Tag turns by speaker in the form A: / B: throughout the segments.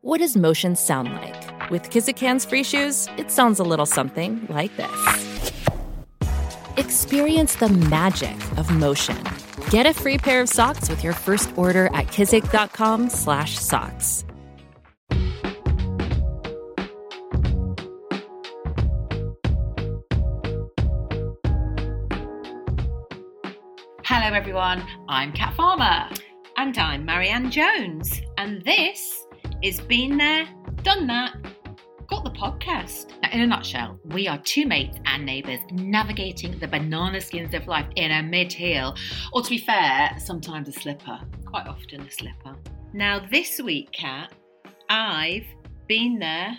A: What does motion sound like? With Kizikans free shoes, it sounds a little something like this. Experience the magic of motion. Get a free pair of socks with your first order at kizik.com/socks.
B: Hello, everyone. I'm Kat Farmer.
C: And I'm Marianne Jones. And this is Been There, Done That, Got the Podcast.
B: Now, in a nutshell, we are two mates and neighbours navigating the banana skins of life in a mid heel, or to be fair, sometimes a slipper, quite often a slipper.
C: Now, this week, Kat, I've been there,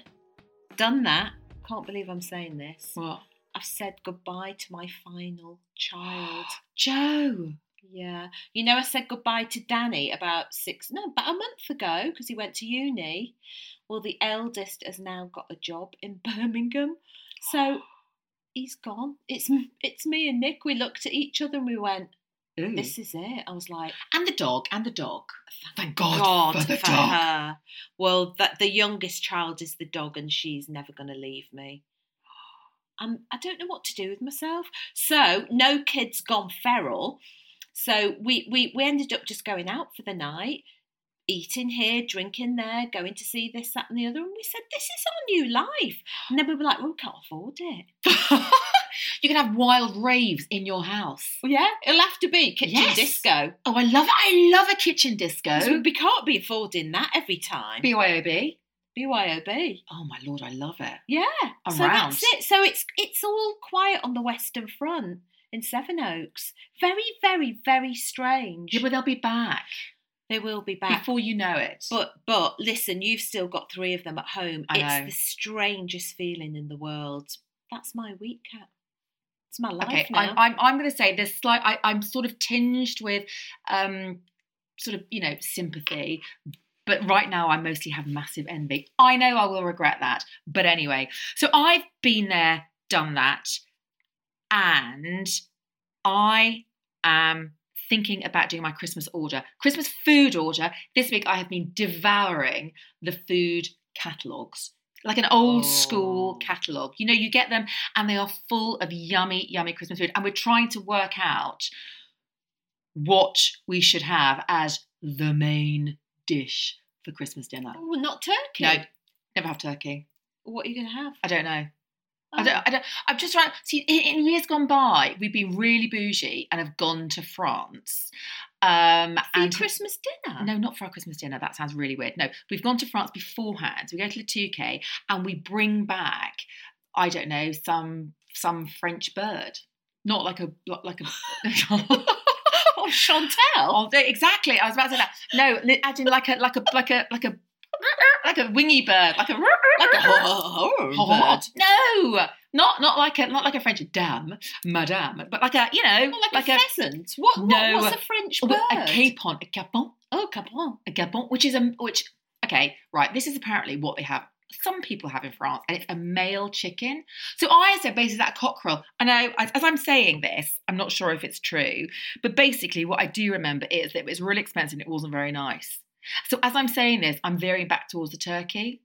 C: done that. Can't believe I'm saying this.
B: What?
C: I've said goodbye to my final child.
B: Joe!
C: Yeah. You know, I said goodbye to Danny about six, no, about a month ago because he went to uni. Well, the eldest has now got a job in Birmingham. So he's gone. It's it's me and Nick. We looked at each other and we went,
B: Ooh.
C: this is it. I was like,
B: And the dog, and the dog. Thank
C: God
B: God, for the
C: for
B: dog.
C: her. Well, that the youngest child is the dog, and she's never going to leave me. I'm, I don't know what to do with myself. So no kids gone feral. So we we we ended up just going out for the night, eating here, drinking there, going to see this, that, and the other. And we said, this is our new life. And then we were like, well, we can't afford it.
B: you can have wild raves in your house.
C: Well, yeah, it'll have to be kitchen
B: Yes.
C: disco.
B: Oh, I love it. I love a kitchen disco.
C: 'Cause We we can't be affording that every time.
B: BYOB.
C: BYOB.
B: Oh my lord, I love it.
C: Yeah. So
B: Around.
C: that's it. So it's it's all quiet on the Western Front in Sevenoaks. Very, very, very strange.
B: Yeah, but they'll be back
C: they will be back.
B: before you know it.
C: but but listen, you've still got three of them at home.
B: I
C: it's
B: know.
C: the strangest feeling in the world. That's my week cat. It's my life
B: okay,
C: now.
B: I'm, I'm I'm going to say there's slight. I, I'm sort of tinged with, um, sort of you know sympathy, but right now I mostly have massive envy. I know I will regret that, but anyway. So I've been there, done that, and I am thinking about doing my Christmas order, Christmas food order. This week I have been devouring the food catalogs. Like an old school
C: Oh.
B: catalogue. You know, you get them and they are full of yummy, yummy Christmas food. And we're trying to work out what we should have as the main dish for Christmas dinner.
C: Oh, not turkey.
B: No, never have turkey.
C: What are you gonna have?
B: I don't know. I
C: Oh.
B: don't. I don't. I'm just trying. See, in, in years gone by, we've been really bougie and have gone to France. Um,
C: for your
B: and
C: Christmas dinner.
B: no, not for our Christmas dinner. That sounds really weird. No, we've gone to France beforehand. We go to Le Touquet and we bring back, I don't know, some some French bird, not like a like a.
C: Oh, Chantel.
B: Oh, exactly. I was about to say that. No, li- as in like a like a like a like a like a wingy bird, like a
C: Like a
B: Hot.
C: bird.
B: No, not not like a not like a French dame, madame, but like a you know
C: Not like, a, pheasant. What, what-
B: No.
C: What's a French
B: oh,
C: bird?
B: a capon, a capon,
C: Oh, capon.
B: a gabon, which is a which. Okay, right. This is apparently what they have. Some people have in France, and it's a male chicken. So I said basically that cockerel. I know as, as I'm saying this, I'm not sure if it's true, but basically what I do remember is that it was really expensive and it wasn't very nice. So as I'm saying this, I'm veering back towards the turkey.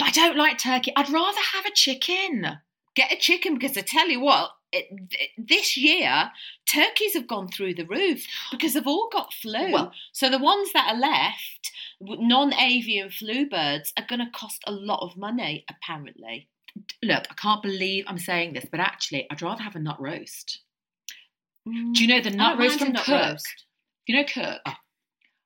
B: But I don't like turkey. I'd rather have a chicken.
C: get a chicken because I tell you what, it, th- this year turkeys have gone through the roof because they've all got flu.
B: Well-
C: so the ones that are left, w- non-avian flu birds, are going to cost a lot of money apparently.
B: Look, I can't believe I'm saying this, but actually, I'd rather have a nut roast. Do you know the
C: Mm. I
B: nut
C: don't
B: roast
C: mind a
B: from
C: nut
B: Cook?
C: roast.
B: You know Cook.
C: Ah.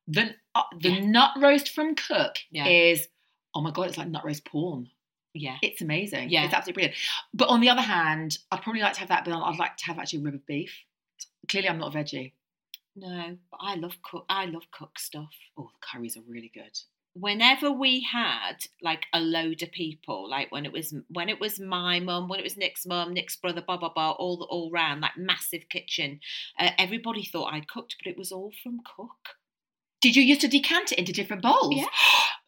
B: The uh, the nut roast from Cook
C: Yeah.
B: is oh my god, it's like nut roast porn.
C: Yeah.
B: It's amazing.
C: Yeah.
B: it's absolutely brilliant. But on the other hand, I'd probably like to have that, but I'd like to have actually rib of beef. Clearly, I'm not a veggie.
C: No, but I love cook. I love cook stuff.
B: Oh, the curries are really good.
C: whenever we had like a load of people, like when it was when it was my mum, when it was Nick's mum, Nick's brother, blah blah blah, all the all round like massive kitchen. Uh, everybody thought I cooked, but it was all from cook.
B: Did you used to decant it into different bowls?
C: Yeah.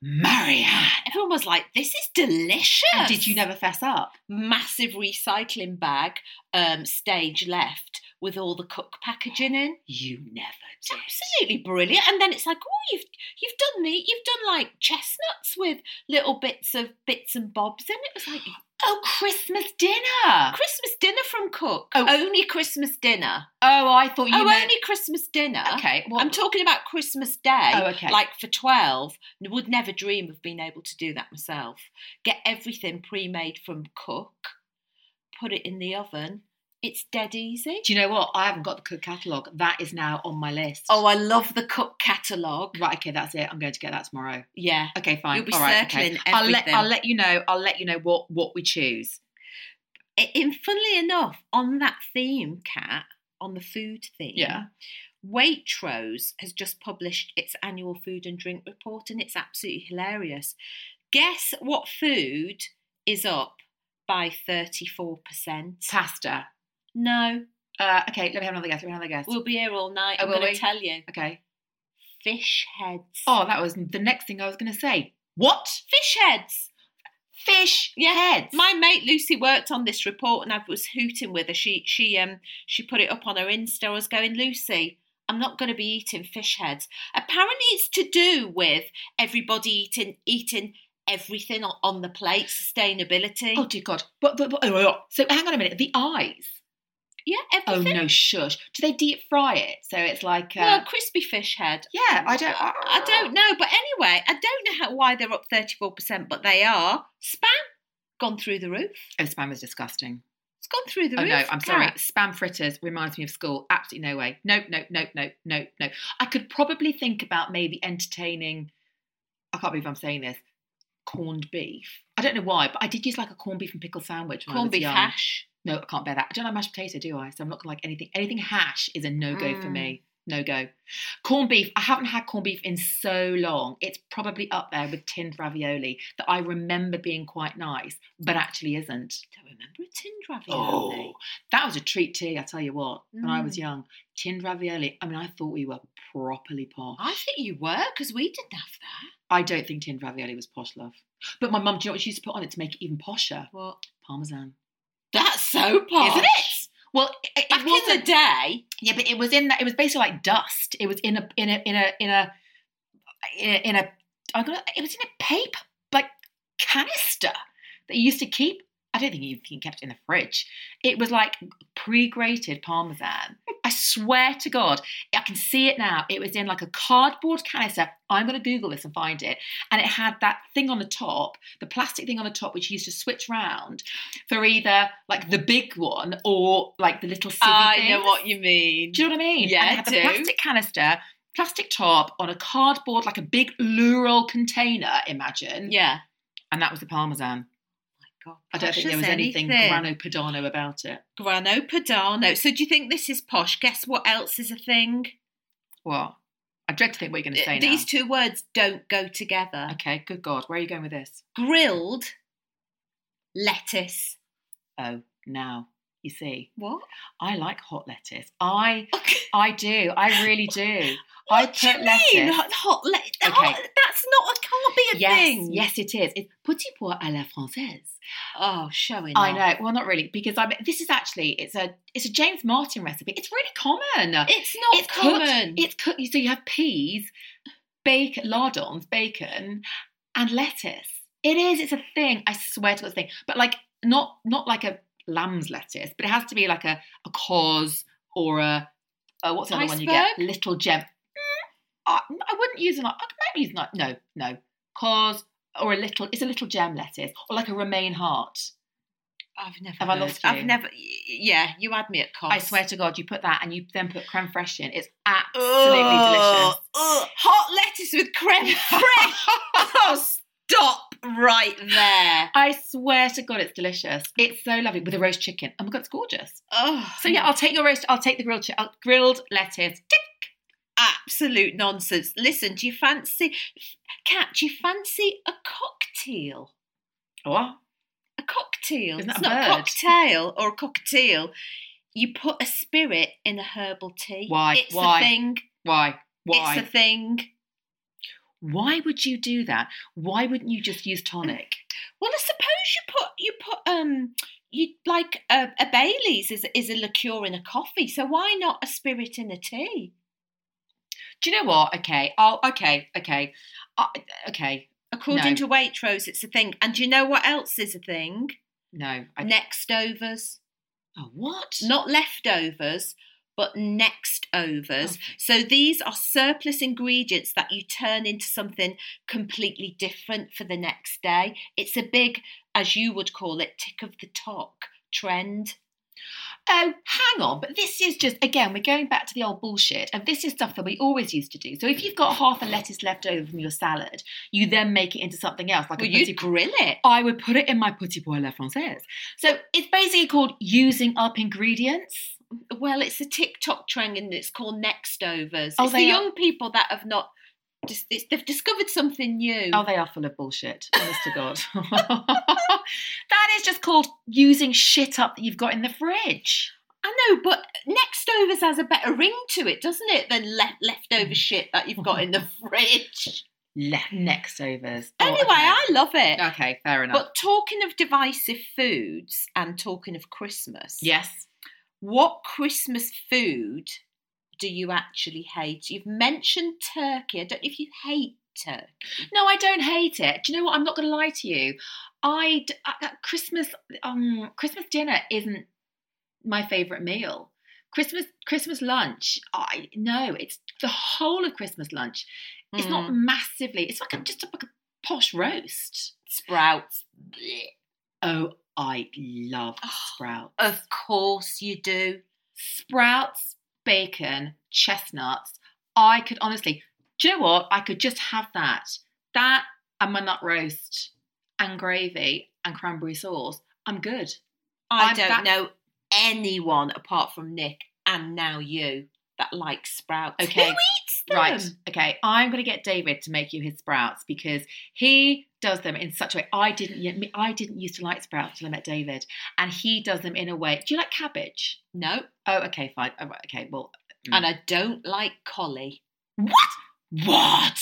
B: Marianne.
C: Everyone was like, "This is delicious."
B: And did you never fess up?
C: massive recycling bag um, stage left with all the cook packaging in?
B: You never
C: It's
B: did.
C: absolutely brilliant. And then it's like, oh, you've you've done the you've done like chestnuts with little bits of bits and bobs in it. It was like
B: Oh, Christmas dinner.
C: Christmas dinner from Cook.
B: Oh.
C: Only Christmas dinner.
B: Oh, I thought you
C: oh,
B: meant.
C: only Christmas dinner.
B: Okay, well,
C: I'm talking about Christmas Day,
B: Oh, okay.
C: like for 12. N- Would never dream of being able to do that myself. Get everything pre made from Cook, put it in the oven. It's dead easy.
B: do you know what? I haven't got the cook catalogue. That is now on my list.
C: Oh, I love the Cook catalogue.
B: right. Okay, that's it. I'm going to get that tomorrow.
C: Yeah.
B: Okay, fine.
C: You'll be
B: All right, okay.
C: circling
B: I'll let
C: everything.
B: I'll let you know. I'll let you know what what we choose.
C: I- In funnily enough, on that theme, Cat, on the food theme,
B: Yeah.
C: Waitrose has just published its annual food and drink report, and it's absolutely hilarious. Guess what food is up by thirty-four percent?
B: Pasta.
C: No,
B: Uh, okay, let me have another guess. Let me have another guess.
C: we'll be here all night.
B: Oh,
C: I'm
B: will
C: going
B: we?
C: to tell you,
B: okay.
C: fish heads.
B: Oh, that was the next thing I was going to say. What?
C: fish heads!
B: Fish
C: Yeah.
B: heads.
C: My mate Lucy worked on this report, and I was hooting with her. She she um she put it up on her Insta. I was going, Lucy, I'm not going to be eating fish heads. Apparently, it's to do with everybody eating eating everything on, on the plate, sustainability.
B: Oh dear God! But, but, but oh, oh, oh. so hang on a minute. The eyes.
C: yeah,
B: Oh
C: everything.
B: no, shush! Do they deep fry it so it's like? Uh,
C: Well, crispy fish head.
B: yeah, I don't. oh. I,
C: I don't know, but anyway, I don't know how, why they're up thirty four percent, but they are. Spam gone through the roof.
B: Oh, spam is disgusting.
C: It's gone through the
B: Oh
C: roof.
B: no, I'm sorry.
C: Kat.
B: Spam fritters reminds me of school. Absolutely no way. Nope, nope, nope, nope, nope, nope. I could probably think about maybe entertaining. I can't believe I'm saying this. Corned beef. I don't know why, but I did use like a corned beef and pickle sandwich. When I
C: Corned
B: was
C: beef
B: young.
C: hash.
B: No, I can't bear that. I don't like mashed potato, do I? So I'm not gonna like anything. Anything hash is a no go for
C: Mm.
B: me. No go. Corned beef. I haven't had corned beef in so long. It's probably up there with tinned ravioli that I remember being quite nice, but actually isn't.
C: Don't remember a tin ravioli.
B: Oh, that was a treat tea, I tell you what, when I was
C: Mm.
B: young. Tinned ravioli. I mean, I thought we were properly posh.
C: I think you were because Oh, we didn't have that.
B: I don't think tinned ravioli was posh, love. But my mum, do you know what she used to put on it to make it even posher?
C: What?
B: Parmesan.
C: That's so posh,
B: Isn't it? Well, it, it
C: Back in
B: wasn't-
C: the day,
B: Yeah, but it was in that. It was basically like dust. It was in a in a in a in a in a. In a I'm gonna. It was in a paper like canister that you used to keep. I don't think you you kept it in the fridge. It was like pre-grated parmesan. I swear to God, I can see it now. It was in like a cardboard canister. I'm going to Google this and find it. And it had that thing on the top, the plastic thing on the top, which you used to switch round for either like the big one or like the little. sieve thing.
C: you mean.
B: Do you know what I mean?
C: Yeah,
B: and
C: I
B: it had
C: do.
B: the plastic canister, plastic top on a cardboard, like a big lural container, imagine.
C: Yeah.
B: And that was the parmesan.
C: God,
B: I don't
C: posh
B: think there
C: as
B: was anything,
C: anything.
B: grano padano about it.
C: Grano Padano. So do you think this is posh? Guess what else is a thing?
B: What? I dread to think what you're going to say
C: These
B: now.
C: two words don't go together.
B: Okay, good God. Where are you going with this?
C: Grilled lettuce.
B: Oh, now. You see,
C: What?
B: I like hot lettuce. I I do. I really do. I
C: What do you
B: put
C: mean?
B: lettuce.
C: Hot, hot le- hot- that's not. It can't be a
B: yes,
C: thing.
B: yes, it is. It's petit pois à la française.
C: Oh, showing.
B: I
C: off.
B: know. Well, not really, because I. This is actually it's a it's a James Martin recipe. It's really common.
C: It's not
B: it's
C: common.
B: Cooked, it's cooked. So you have peas, bacon, lardons, bacon, and lettuce. It is. It's a thing. I swear to God, it's a thing. But like not not like a lamb's lettuce, but it has to be like a a cause or a, a what's the other one you get?
C: Iceberg?
B: Little gem. Mm, I, I wouldn't use an. I could maybe use an. No, no. Cause or a little. It's a little gem lettuce or like a romaine heart.
C: I've never.
B: Have I
C: heard-
B: lost you?
C: I've never. y- Yeah, you had me at cost.
B: I swear to God, you put that and you then put creme fraiche in. It's absolutely
C: absolutely
B: delicious.
C: delicious. hot lettuce with creme fraiche. oh, stop right there.
B: I swear to God, it's delicious. It's so lovely with a roast chicken. Oh my God, it's gorgeous.
C: Oh,
B: So yeah, I'll take your roast. I'll take the grilled chi- uh, grilled lettuce. Tick.
C: ah, absolute nonsense. Listen, do you fancy, Cat? Do you fancy a cocktail?
B: What?
C: A cocktail.
B: Isn't that
C: it's
B: a
C: not a
B: bird?
C: cocktail or a cocktail. You put a spirit in a herbal tea.
B: Why?
C: It's
B: Why?
C: a thing.
B: Why? Why?
C: It's a thing.
B: Why would you do that? Why wouldn't you just use tonic?
C: Well, I suppose you put you put um you like a, a Bailey's is is a liqueur in a coffee. So why not a spirit in a tea?
B: Do you know what? Okay. I'll. Okay. Okay. Uh, okay.
C: According
B: No.
C: to Waitrose, it's a thing. And do you know what else is a thing?
B: No. I,
C: next overs,
B: oh, what?
C: not leftovers, but next overs. So these are surplus ingredients that you turn into something completely different for the next day. It's a big, as you would call it, tick of the tock trend.
B: Oh, hang on. But this is just, again, we're going back to the old bullshit. And this is stuff that we always used to do. So if you've got half a lettuce left over from your salad, you then make it into something else, like
C: Well,
B: a
C: you
B: petit
C: grill it.
B: I would put it in my petit pois à la française. So it's basically called using up ingredients.
C: Well, it's a TikTok trend and it's called next overs.
B: Oh,
C: it's the
B: they are-
C: young people that have not. Just, it's, they've discovered something new.
B: Oh, they are full of bullshit, honest to God. that is just called using shit up that you've got in the fridge.
C: I know, but next overs has a better ring to it, doesn't it, than le- leftover
B: Mm.
C: shit that you've got in the fridge?
B: Left next overs. Oh,
C: Anyway,
B: okay.
C: I love it.
B: Okay, fair enough.
C: But talking of divisive foods and talking of Christmas,
B: yes.
C: what Christmas food do you actually hate? You've mentioned turkey. I don't know if you hate turkey.
B: No, I don't hate it. Do you know what? I'm not going to lie to you. I d- I- I- Christmas um Christmas dinner isn't my favorite meal. Christmas Christmas lunch. I no, it's the whole of Christmas lunch. It's not massively. It's like a, just a, like a posh roast.
C: sprouts.
B: Oh, I love
C: Oh.
B: sprouts.
C: Of course you do.
B: Sprouts, bacon, chestnuts. I could honestly, do you know what? I could just have that. That and my nut roast and gravy and cranberry sauce. I'm good.
C: I
B: I'm
C: don't
B: that-
C: know anyone apart from Nick and now you that likes sprouts.
B: Okay.
C: Who eats them?
B: Right. Okay. I'm going to get David to make you his sprouts because he does them in such a way. I didn't. yet- me- I didn't used to like sprouts till I met David, and he does them in a way. Do you like cabbage?
C: No,
B: Oh, okay, fine. All right, okay, well,
C: and I don't like collie.
B: what? What?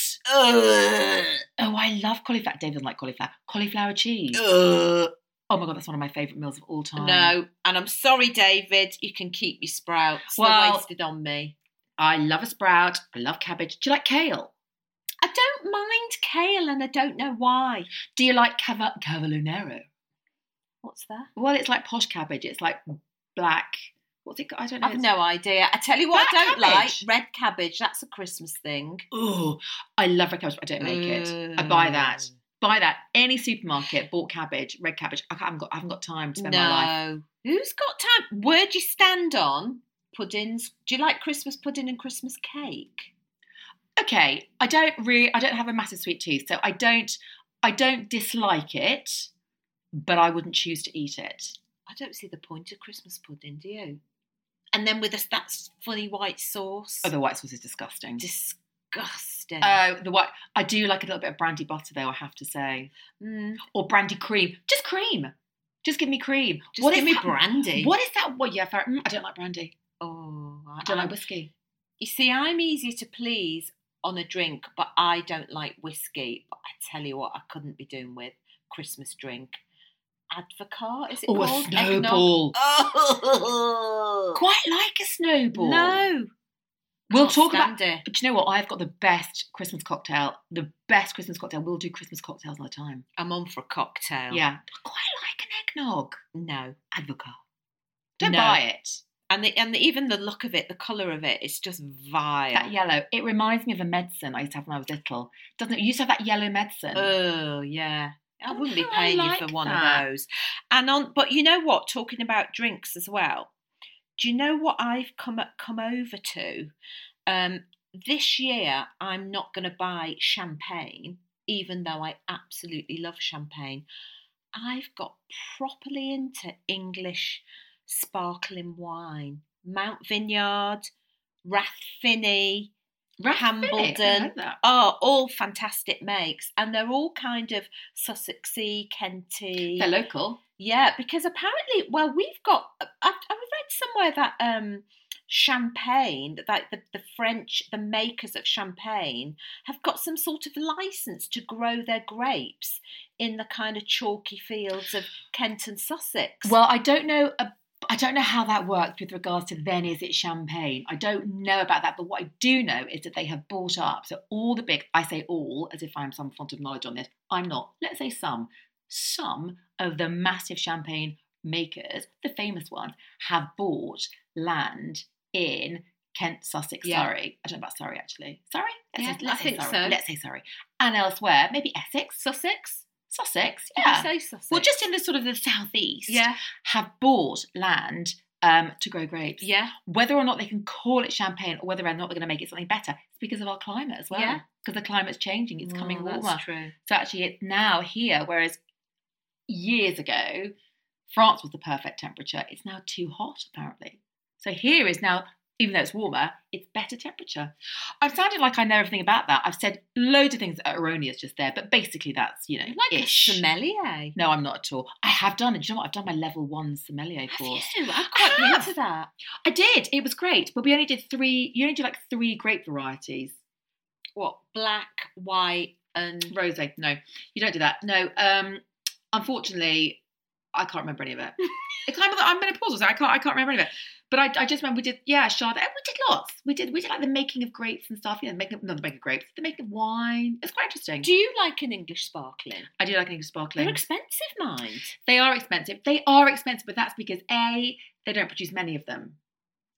B: Oh, I love cauliflower. David doesn't like cauliflower. Cauliflower cheese. Oh my god, that's one of my favourite meals of all time.
C: No, and I'm sorry, David. You can keep your sprouts. They're
B: Well-
C: wasted on me.
B: I love a sprout. I love cabbage. Do you like kale?
C: I don't mind kale, and I don't know why.
B: Do you like cava- cavallonero?
C: What's that?
B: Well, it's like posh cabbage. It's like black. What's it? ca- I don't know.
C: I've no idea. I tell you what, I
B: Black
C: don't
B: cabbage.
C: like red cabbage. That's a Christmas thing.
B: Oh, I love red cabbage. But I don't make it. I buy that.
C: Mm.
B: Buy that. Any supermarket bought cabbage, red cabbage. I haven't got. I haven't got time to spend
C: no.
B: my life.
C: Who's got time? Word you stand on? Puddings. Do you like Christmas pudding and Christmas cake?
B: okay i don't really i don't have a massive sweet tooth so i don't i don't dislike it but i wouldn't choose to eat it
C: I don't see the point of Christmas pudding, do you? And then with us, that's funny white sauce.
B: oh the white sauce is disgusting
C: Disgusting.
B: Oh, the white. I do like a little bit of brandy butter, though. I have to say,
C: Mm,
B: or brandy cream. Just cream. Just give me cream.
C: just
B: What
C: give
B: is
C: me
B: that-
C: brandy.
B: What is that? What? Yeah, fair. Mm, I don't like brandy.
C: Oh, I
B: I don't like
C: whiskey.
B: whiskey.
C: You see, I'm easy to please on a drink, but I don't like whiskey. But I tell you what, I couldn't be doing with Christmas drink. Advocar, is it
B: Or a
C: called?
B: snowball.
C: Oh.
B: Quite like a snowball.
C: No.
B: We'll
C: Can't
B: talk about.
C: stand it.
B: Do you know what? I've got the best Christmas cocktail. The best Christmas cocktail. We'll do Christmas cocktails another time.
C: I'm on for a cocktail.
B: Yeah. I quite like an eggnog.
C: No.
B: Advocar. Don't
C: No.
B: buy it.
C: And the, and the, even the look of it, the colour of it, it's just vile.
B: That yellow. It reminds me of a medicine I used to have when I was little. Doesn't it? You used to have that yellow medicine.
C: Oh yeah. I
B: I
C: wouldn't be
B: know, Oh, I
C: paying you
B: like
C: for one
B: that.
C: of those. And on but you know what, talking about drinks as well. Do you know what I've come come over to? Um this year I'm not going to buy champagne even though I absolutely love champagne. I've got properly into English sparkling wine. Mount Vineyard, Rathfinney,
B: Rath Phillips, I
C: Hambledon
B: love that.
C: are all fantastic makes, and they're all kind of Sussexy, Kenty.
B: They're local.
C: Yeah, because apparently, well, we've got. I've, I've read somewhere that um, champagne, like the, the French, the makers of champagne, have got some sort of license to grow their grapes in the kind of chalky fields of Kent and Sussex.
B: Well, I don't know. uh, I don't know how that worked with regards to then is it champagne. I don't know about that, but what I do know is that they have bought up. So all the big, I say all as if I'm some font of knowledge on this. I'm not. Let's say some, some of the massive champagne makers, the famous ones, have bought land in Kent, Sussex,
C: Yeah.
B: Surrey. I don't know about Surrey actually. Surrey?
C: Yeah,
B: say,
C: I think
B: Surrey.
C: so.
B: Let's say Surrey and elsewhere, maybe Essex,
C: Sussex?
B: Sussex.
C: Did
B: Yeah.
C: you say Sussex?
B: Well, just in the sort of the southeast
C: Yeah,
B: have bought land um, to grow grapes.
C: yeah.
B: Whether or not they can call it champagne or whether or not they're going to make it something better, it's because of our climate as well.
C: Yeah.
B: Because the climate's changing, it's coming
C: Oh,
B: warmer.
C: That's true.
B: So actually, it's now here, whereas years ago, France was the perfect temperature. It's now too hot, apparently. So here is now, even though it's warmer, it's better temperature. I've sounded like I know everything about that. I've said loads of things that are erroneous just there, but basically that's, you know,
C: Like
B: ish.
C: a sommelier.
B: No, I'm not at all. I have done it. Do you know what? I've done my level one sommelier
C: Have
B: course.
C: you? I'm quite
B: I have.
C: into that.
B: I did. It was great, but we only did three. You only do like three grape varieties.
C: What black, white, and
B: Rosé. No, you don't do that. No. Um, unfortunately, I can't remember any of it. it's kind of I'm menopausal, so I can't. I can't remember any of it. But I, I just remember we did. Yeah, Chardonnay. We did lots. We did. We did like the making of grapes and stuff. You know, making not the making of grapes, the making of wine. It's quite interesting.
C: Do you like an English sparkling?
B: I do like an sparkling.
C: They're expensive, mind.
B: They are expensive. They are expensive, but that's because A, they don't produce many of them,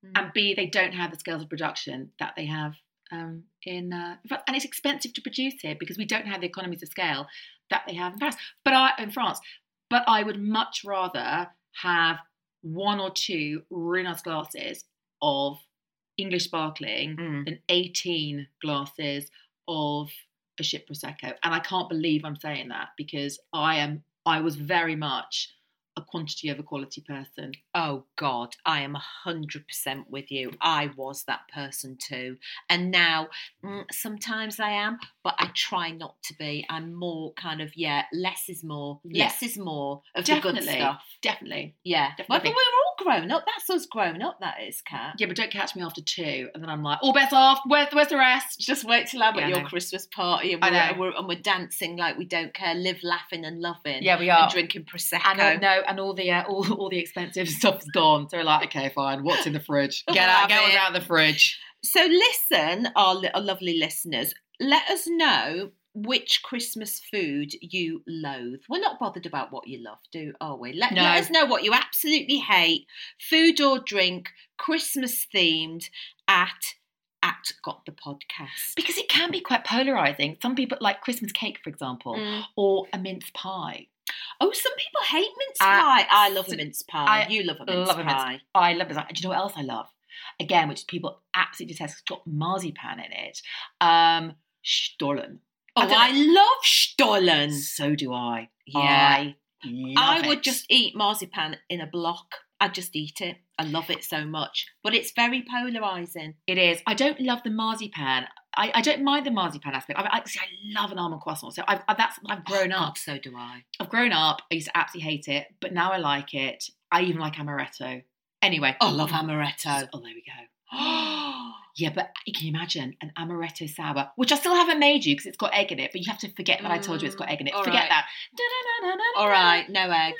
C: Mm.
B: and B, they don't have the scales of production that they have um, in. Uh, in France. and it's expensive to produce here because we don't have the economies of scale that they have in Paris. But I in France. But I would much rather have one or two really nice glasses of English sparkling than 18 glasses of a ship prosecco and i can't believe i'm saying that because i am i was very much a quantity over quality person
C: Oh God, I am hundred percent with you. I was that person too, and now mm, sometimes I am, but I try not to be. I'm more kind of yeah, less is more.
B: Yeah.
C: Less is more of the good
B: Definitely.
C: stuff.
B: definitely
C: Yeah, well,
B: Definitely.
C: but we're all grown up. That's us grown up. That is, Kat.
B: yeah but don't catch me after two and then i'm like all bets off where's, where's the rest
C: Just wait till I'm
B: Yeah, I
C: at your
B: know.
C: Christmas party and
B: I
C: we're, and
B: know.
C: we're and we're dancing like we don't care, live, laughing, and loving.
B: we
C: and drinking prosecco.
B: and uh, no, and all the uh, all, all the expensive stuff's gone. So we're like, okay, fine. What's in the fridge?
C: We'll
B: Get out,
C: have
B: get what's
C: it.
B: out of the fridge.
C: So, listen, our, li- our lovely listeners, let us know which Christmas food you loathe. We're not bothered about what you love, do are we? Let,
B: No.
C: let us know what you absolutely hate, food or drink, Christmas themed, at at got the podcast.
B: Because it can be quite polarizing. Some people like Christmas cake, for example,
C: Mm.
B: or a mince pie.
C: Oh, some people hate mince
B: Uh,
C: pie. I love
B: so-
C: a mince pie.
B: I
C: you love a mince
B: love a mince-
C: pie.
B: I love this. Do you know what else I love? Again, which people absolutely detest. It's got marzipan in it. Um, Stollen. I
C: Oh,
B: don't-
C: I, love Stollen.
B: So do I.
C: Yeah.
B: I, love
C: I would
B: it.
C: just eat marzipan in a block. I'd just eat it. I love it so much. But it's very polarising.
B: It is. I don't love the marzipan. I, I don't mind the marzipan aspect. I, I, see, I love an almond croissant. So I've, I, that's I've grown up.
C: so do I.
B: I've grown up. I used to absolutely hate it, but now I like it. I even like amaretto. Anyway,
C: I Oh, love amaretto.
B: Oh, there we go. Yeah, but can you imagine an amaretto sour, which I still haven't made you because it's got egg in it, but you have to forget that I told you it's got egg in it.
C: Mm, all
B: Forget
C: right.
B: that.
C: All right, no egg.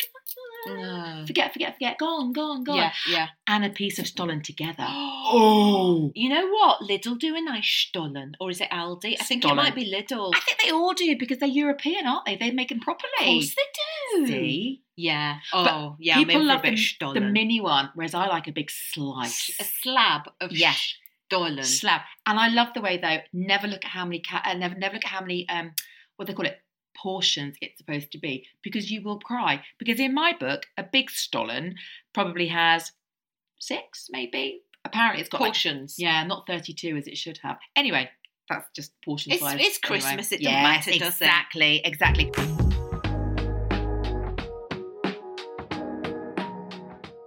B: Forget, forget, forget. Go on, go on, go
C: Yeah,
B: on.
C: yeah.
B: And a piece of stollen together.
C: Oh. You know what? Lidl do a nice Stollen, or is it Aldi? I think it
B: Stollen.
C: might be Lidl.
B: I think they all do because they're European, aren't they? They make them properly.
C: Of course they do.
B: See?
C: Yeah.
B: But
C: Oh, yeah.
B: People
C: I'm in
B: love
C: for a bit of
B: the, the
C: Stollen.
B: mini one, whereas I like a big
C: a
B: slice.
C: slab of
B: Yeah.
C: Stollen.
B: slab. And I love the way though. Never look at how many ca- uh, never never look at how many um what they call it portions it's supposed to be because you will cry. Because in my book, a big stollen probably has six maybe. Apparently, it's got like-
C: Portions.
B: yeah, not thirty-two as it should have. Anyway. That's just portion
C: It's-
B: size.
C: it's Christmas, it doesn't
B: Yes,
C: matter, does it?
B: exactly, exactly.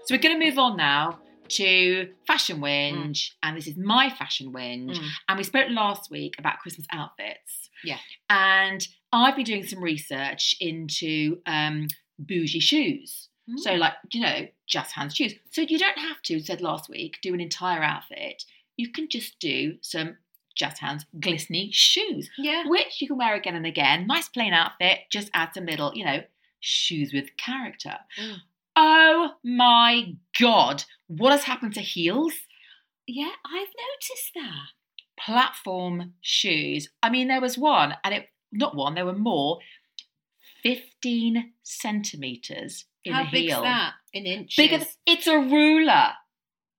B: So we're going to move on now to Fashion Whinge, and this is my Fashion Whinge.
C: Mm.
B: And we spoke last week about Christmas outfits.
C: Yeah.
B: And I've been doing some research into um, bougie shoes. So,
C: Mm.
B: like, you know, just hands shoes. So, you don't have to, said last week, do an entire outfit. You can just do some just hands glistening shoes,
C: yeah.
B: which you can wear again and again. Nice plain outfit, just add some little, you know, shoes with character.
C: Mm.
B: Oh my God, what has happened to heels?
C: Yeah, I've noticed that.
B: Platform shoes. I mean, there was one, and it, not one, there were more, 15 centimetres in
C: How
B: a
C: big's
B: heel.
C: that in inches?
B: Bigger, th- it's a ruler.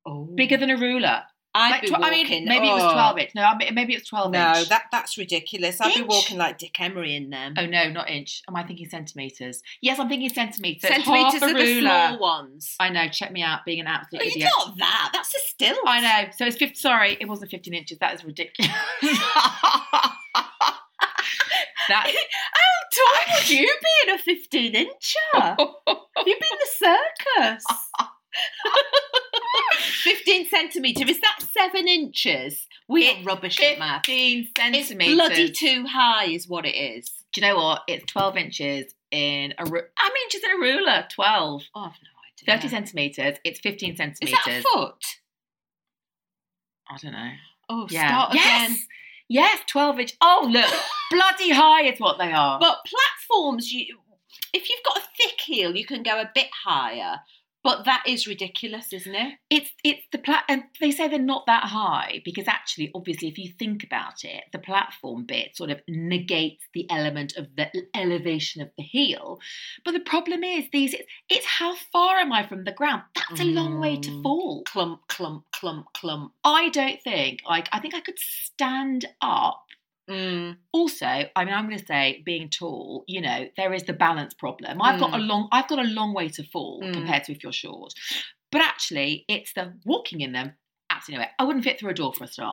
C: oh.
B: bigger than a ruler.
C: I'd
B: Like
C: be
B: tw-
C: walking.
B: I mean, maybe it
C: oh.
B: was 12 inch. No, I mean, maybe it was 12
C: No,
B: inch.
C: that that's ridiculous. I'd be
B: Inch?
C: walking like Dick Emery in them.
B: Oh no, not inch. Am I thinking centimeters? Yes, I'm thinking centimeters. It's half
C: Centimeters
B: a
C: are the
B: ruler.
C: small ones.
B: I know. Check me out, being an absolute
C: But it's
B: idiot.
C: not that. That's a still.
B: I know. So it's 50, sorry, it wasn't 15 inches. That is ridiculous. that
C: How tall would you be in a fifteen incher? You'd be in the circus.
B: Oh,
C: Fifteen centimetre. Is that seven inches? We are
B: It-
C: rubbish at math.
B: 15
C: It's
B: centimeters.
C: bloody too high, is what it is.
B: Do you know what? It's 12 inches in a. Ru- I mean, just in a ruler. 12.
C: Oh, I've
B: 30
C: no idea.
B: centimeters. It's 15
C: Is
B: centimeters.
C: that a foot?
B: I don't know.
C: Oh,
B: Yeah.
C: start
B: yes.
C: again.
B: Yes, 12 inch. Oh, look. bloody high is what they are.
C: But platforms, you if you've got a thick heel, you can go a bit higher. But that is ridiculous, isn't it?
B: it's it's the plat and they say they're not that high because actually obviously if you think about it, the platform bit sort of negates the element of the l- elevation of the heel. But the problem is these it's, it's how far am I from the ground? That's a long way to
C: Mm.
B: fall.
C: Clump, clump, clump, clump.
B: I don't think like I think I could stand up
C: Mm.
B: also, I mean, I'm going to say, being tall, you know, there is the balance problem. I've got a
C: Mm.
B: long, I've got a long way to fall
C: Mm.
B: compared to if you're short. But actually, it's the walking in them. Absolutely, no way. I wouldn't fit through a door for a start.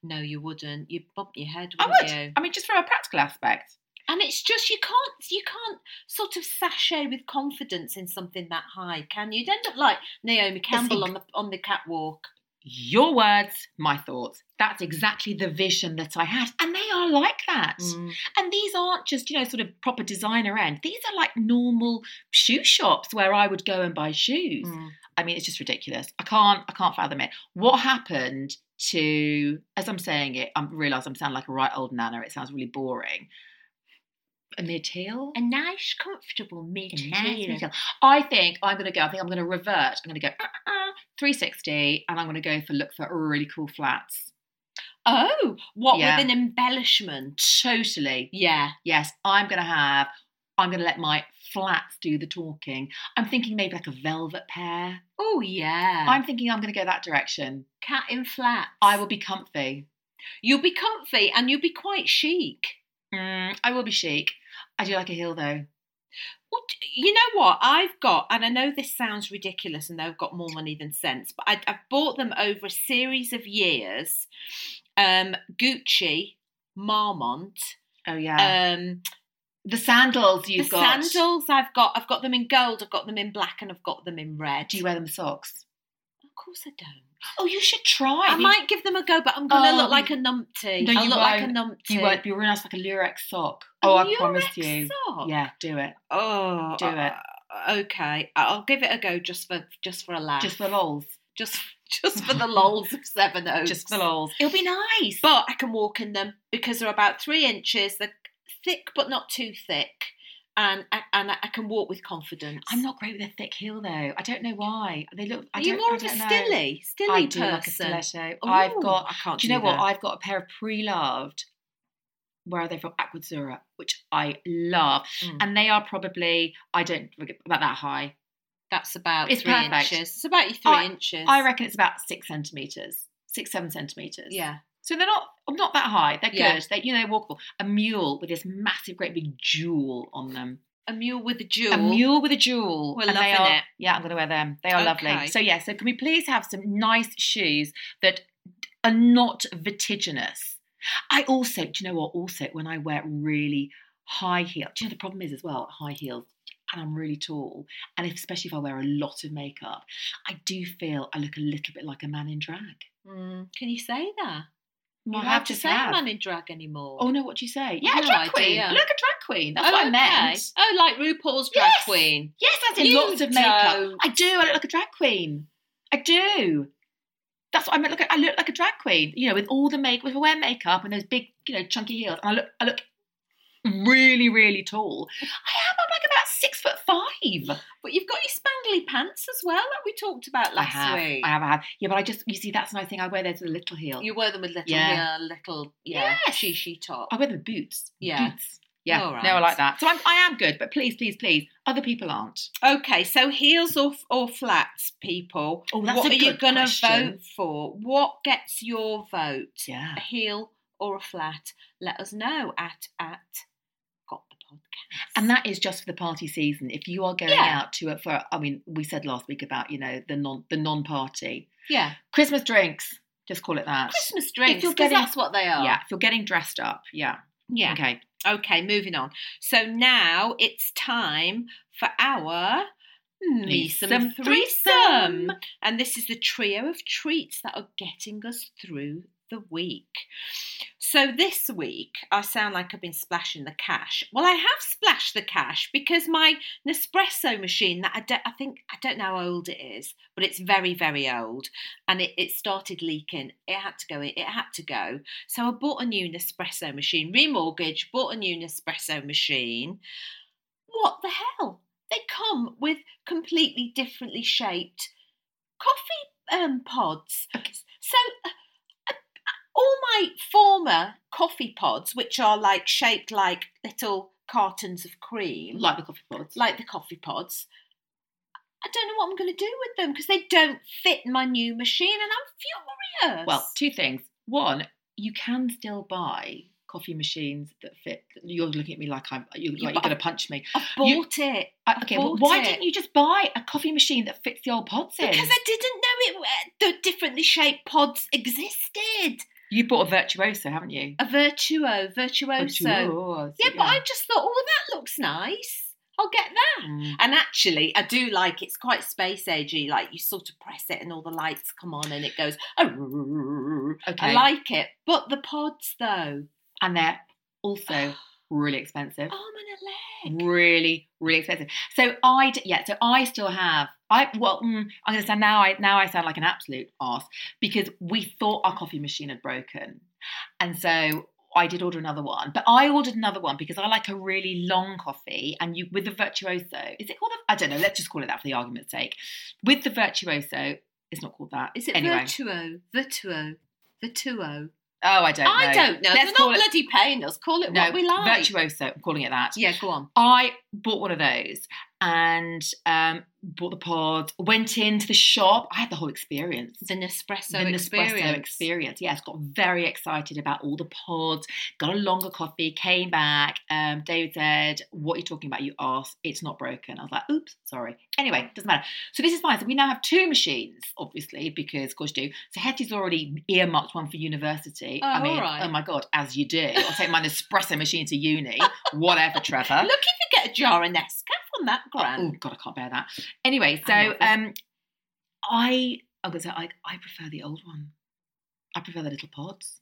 C: No, you wouldn't. You'd bump your head,
B: I
C: wouldn't
B: would.
C: you?
B: I mean, just from a practical aspect.
C: And it's just you can't you can't sort of sashay with confidence in something that high, can you? You'd end up like Naomi Campbell on the on the catwalk.
B: Your words, my thoughts. That's exactly the vision that I had, and they are like that. And these aren't just, you know, sort of proper designer end. These are like normal shoe shops where I would go and buy shoes.
C: Mm.
B: I mean, it's just ridiculous. I can't, I can't fathom it. What happened to, as I'm saying it, I realise I'm sounding like a right old nana. It sounds really boring. A mid heel?
C: A nice, comfortable mid
B: A nice mid heel. I think I'm going to go, I think I'm going to revert. I'm going to go uh, uh, uh, 360 and I'm going to go for look for really cool flats.
C: Oh, what
B: Yeah.
C: with an embellishment?
B: Totally.
C: Yeah.
B: Yes, I'm going to have, I'm going to let my flats do the talking. I'm thinking maybe like a velvet pair.
C: Oh yeah.
B: I'm thinking I'm going to go that direction.
C: cat in flats.
B: I will be comfy.
C: You'll be comfy and you'll be quite chic.
B: Mm, I will be chic. I do like a heel though.
C: What, you know what I've got, and I know this sounds ridiculous, and they've got more money than sense, but I, I've bought them over a series of years. Um, Gucci, Marmont,
B: Oh yeah.
C: um,
B: the sandals
C: the
B: you've got.
C: sandals I've got. I've got them in gold, I've got them in black, and I've got them in red.
B: Do you wear them with socks?
C: Of course I don't.
B: Oh, you should try.
C: I
B: You-
C: might give them a go, but I'm gonna
B: Oh,
C: look like
B: you-
C: a numpty.
B: No,
C: I'll
B: you
C: look like a
B: won't.
C: numpty.
B: You won't be wearing us like a Lurex sock.
C: A
B: Oh, I promise
C: Lurex
B: you.
C: sock?
B: Yeah, do it.
C: Oh,
B: Do
C: I-
B: it.
C: I, okay, I'll give it a go just for just for a laugh.
B: Just the lols.
C: Just just for the lols of Seven Oaks.
B: Just the lols. It'll be nice.
C: But I can walk in them because they're about three inches. They're thick but not too thick, and I, and I can walk with confidence.
B: I'm not great with a thick heel though. I don't know why. They look. I
C: Are you
B: don't-
C: more
B: I
C: of a
B: don't know.
C: stilly, stilly
B: I do
C: person?
B: like a stiletto. I've
C: Ooh,
B: got.
C: I can't.
B: Do you know what?
C: that.
B: I've got a pair of pre-loved. Where are they from? Aqua Zura, which I love,
C: Mm.
B: and they are probably I don't about that high.
C: That's about
B: It's
C: three
B: perfect.
C: inches. It's about your three
B: I-
C: inches.
B: I reckon it's about six centimeters, six seven centimeters.
C: Yeah.
B: So they're not I'm not that high. They're
C: Yeah.
B: good. They you know they're walkable. A mule with this massive, great big jewel on them.
C: A mule with a jewel.
B: A mule with a jewel.
C: We're
B: and they
C: loving
B: are-
C: it.
B: Yeah, I'm going to wear them. They are
C: Okay.
B: lovely. So yeah. So can we please have some nice shoes that are not vertiginous? I also, do you know what? Also, when I wear really high heel, do you know the problem is as well high heels. And I'm really tall, and if, especially if I wear a lot of makeup, I do feel I look a little bit like a man in drag.
C: Mm, Can you say that?
B: Well,
C: you
B: I have
C: have to
B: just
C: say
B: have.
C: man in drag anymore.
B: Oh no, what do you say? Yeah,
C: No
B: a drag
C: idea.
B: queen. Look, a drag queen. That's what I
C: okay.
B: meant.
C: Oh, like RuPaul's drag
B: Yes.
C: queen.
B: Yes, I did
C: You
B: lots of makeup.
C: don't.
B: I do. I look like a drag queen. I do. That's what I meant. Look, I look like a drag queen. You know, with all the makeup, if I wear makeup and those big, you know, chunky heels, and I look, I look really, really tall. I am. I'm like about six foot five.
C: But you've got your spangly pants as well that we talked about
B: I
C: last
B: have.
C: week.
B: I have. I have. Yeah, but I just, you see, that's my thing. I wear those with a little heel.
C: You wear them with little
B: Yeah. Oh.
C: yeah. little yeah,
B: Yes.
C: shishi top.
B: I wear them with boots.
C: Yeah.
B: Boots. Yeah.
C: All
B: No, I
C: right.
B: like that. So I'm, I am good, but please, please, please, other people aren't.
C: Okay, so heels or or flats, people.
B: Oh, that's
C: what
B: a
C: are you
B: good
C: gonna
B: question.
C: vote for? What gets your vote?
B: Yeah.
C: A heel or a flat? Let us know at at got the podcast.
B: And that is just for the party season. If you are going
C: Yeah.
B: out to a for, I mean, we said last week about you know the non the non party
C: Yeah.
B: Christmas drinks. Just call it that.
C: Christmas drinks,
B: you're
C: because
B: getting-
C: that's what they are.
B: Yeah, if you're getting dressed up, yeah.
C: Yeah.
B: Okay.
C: Okay, moving on. So now it's time for our
B: Threesome
C: threesome
B: threesome.
C: threesome. And this is the trio of treats that are getting us through the week. So this week, I sound like I've been splashing the cash. Well, I have splashed the cash because my Nespresso machine that I, don't- I think, I don't know how old it is, but it's very, very old. And it, it started leaking. It had to go. It had to go. So I bought a new Nespresso machine, remortgage, bought a new Nespresso machine. What the hell? They come with completely differently shaped coffee um, pods. So uh, uh, all my former coffee pods, which are like shaped like little cartons of cream,
B: Like the coffee pods.
C: like the coffee pods. I don't know what I'm going to do with them because they don't fit my new machine, and I'm furious.
B: well, two things. One, you can still buy coffee machines that fit. You're looking at me like I'm. You're,
C: You
B: like you're
C: bu-
B: going to punch me.
C: I bought it.
B: I-
C: I
B: okay. Well,
C: bought
B: why
C: it.
B: didn't you just buy a coffee machine that fits the old pods in?
C: Because I didn't know it. The differently shaped pods existed.
B: you bought a virtuoso, haven't you?
C: A virtuo, virtuoso.
B: Virtuoso,
C: Yeah, but I just thought, oh, that looks nice. I'll get that.
B: Mm.
C: And actually, I do like it's quite space agey. Like you sort of press it, and all the lights come on, and it goes. I
B: Okay.
C: like it, but the pods though.
B: and they're also really expensive.
C: Arm and a leg.
B: Really, really expensive. So I d- yeah. So I still have. I well, mm, I'm gonna sound now. I now I sound like an absolute ass because we thought our coffee machine had broken, and so I did order another one. But I ordered another one because I like a really long coffee, and you with the virtuoso. Is it called? The, I don't know. Let's just call it that for the argument's sake. With the virtuoso, it's not called that.
C: Is it
B: anyway?
C: virtuo? Virtuo. Virtuo.
B: oh, I don't. know.
C: I don't know.
B: Let's
C: They're
B: call
C: not
B: it.
C: bloody paying us. Call it
B: no,
C: what we like.
B: virtuoso. I'm calling it that.
C: Yeah, go on.
B: I bought one of those and um, bought the pod, went into the shop. I had the whole experience.
C: The Nespresso
B: the
C: experience.
B: Nespresso experience. Yes, got very excited about all the pods, got a longer coffee, came back. Um, David said, What are you talking about? You asked. It's not broken. I was like, Oops, sorry. Anyway, doesn't matter. So this is fine. So we now have two machines, obviously, because of course you do. So Hetty's already earmarked one for university.
C: Oh,
B: I mean,
C: all right.
B: oh my God, as you do. I'll take my Nespresso machine to uni. Whatever, Trevor.
C: Look, if you get a jar of Nescaf on that
B: Oh
C: grand.
B: god, I can't bear that. Anyway, so
C: I love it.
B: um, I I'm gonna say I I prefer the old one. I prefer the little pods.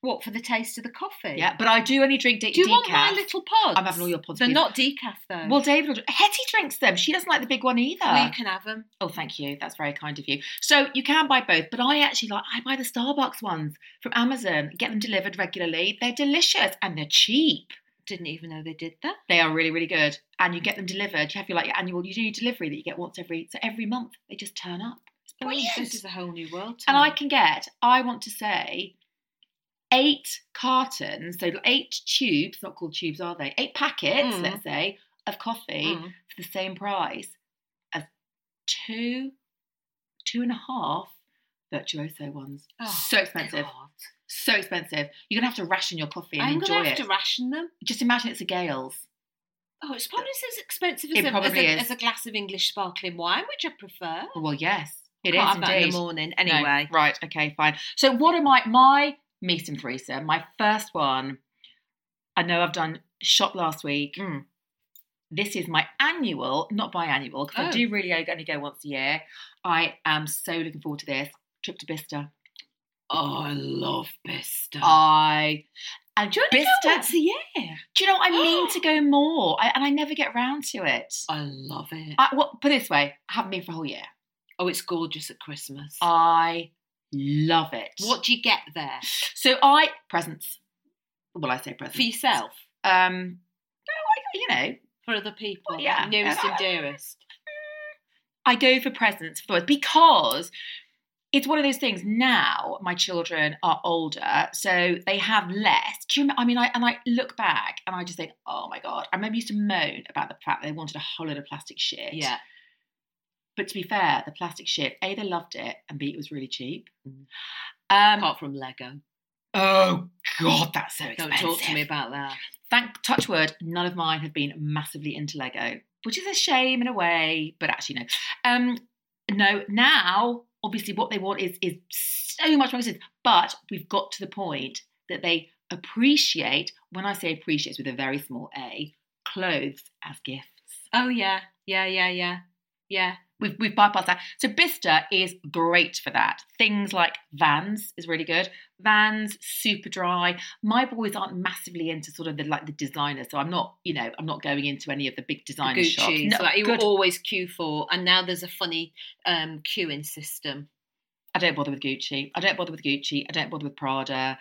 C: What for the taste of the coffee?
B: Yeah, but I do only drink de-
C: Do you
B: decaf.
C: want my little pods?
B: I'm having all your pods
C: They're
B: again.
C: not decaf though.
B: Well, David, will dr- Hetty drinks them. She doesn't like the big one either.
C: Well, you can have them.
B: Oh, thank you. That's very kind of you. So you can buy both, but I actually like I buy the Starbucks ones from Amazon. Get them delivered regularly. They're delicious and they're cheap.
C: Didn't even know they did that.
B: They are really, really good. And you get them delivered. You have your like your annual you do your delivery that you get once every so every month. They just turn up. It's
C: Oh,
B: brilliant.
C: This is a whole new world. to
B: and
C: me.
B: I can get, I want to say, eight cartons, so eight tubes, not called tubes, are they? Eight packets,
C: Mm.
B: let's say, of coffee
C: Mm.
B: for the same price as two, two and a half virtuoso ones.
C: Oh,
B: so expensive.
C: God.
B: So expensive. You're gonna have to ration your coffee and
C: I'm
B: enjoy
C: gonna have
B: it.
C: to ration them.
B: Just imagine it's a Gales.
C: Oh, it's probably as expensive as,
B: It
C: a, as,
B: probably
C: a,
B: is.
C: as a glass of English sparkling wine, which I prefer.
B: Well, yes, it is
C: Can't have
B: indeed.
C: that in the morning
B: No,
C: anyway.
B: right, okay, fine. So what am I my meet and threesome, my first one. I know I've done shop last week.
C: Mm.
B: This is my annual, not biannual, because I
C: Oh.
B: do really only go once a year. I am so looking forward to this. Trip to Bicester.
C: Oh, I love Bista.
B: Oh, I and
C: do you only
B: Bicester-
C: go once a year?
B: Do you know what I mean to go more? I, and I never get round to it.
C: I love it.
B: I, well, put it this way, I haven't been for a whole year.
C: oh, it's gorgeous at Christmas.
B: Oh, I love it.
C: what do you get there
B: So I presents. Well, I say presents
C: for yourself,
B: Um, no, I, you know,
C: for other people,
B: Well, yeah.
C: nearest and dearest?
B: I go for presents for the because it's one of those things. Now my children are older, so they have less. Do you remember? I mean, I and I look back and I just think, oh my god. I remember I used to moan about the fact that they wanted a whole load of plastic shit.
C: Yeah.
B: But to be fair, the plastic shit, a they loved it, and b it was really cheap.
C: Mm-hmm.
B: Um,
C: Apart from Lego.
B: oh god, that's so
C: Don't
B: expensive.
C: talk to me about that.
B: Thank touch wood, none of mine have been massively into Lego, which is a shame in a way, but actually no. Um, no, now obviously what they want is is so much more expensive, but we've got to the point that they appreciate. When I say appreciates with a very small a, clothes as gifts.
C: Oh yeah, yeah, yeah, yeah, yeah.
B: We've, we've bypassed that. So Bista is great for that. Things like Vans is really good. Vans, super dry. My boys aren't massively into sort of the like the designer, so I'm not, you know, I'm not going into any of the big
C: The
B: designer shops.
C: Gucci.
B: No,
C: so that you
B: good.
C: always queue for, and now there's a funny um, queuing system.
B: I don't bother with Gucci. I don't bother with Gucci. I don't bother with Prada.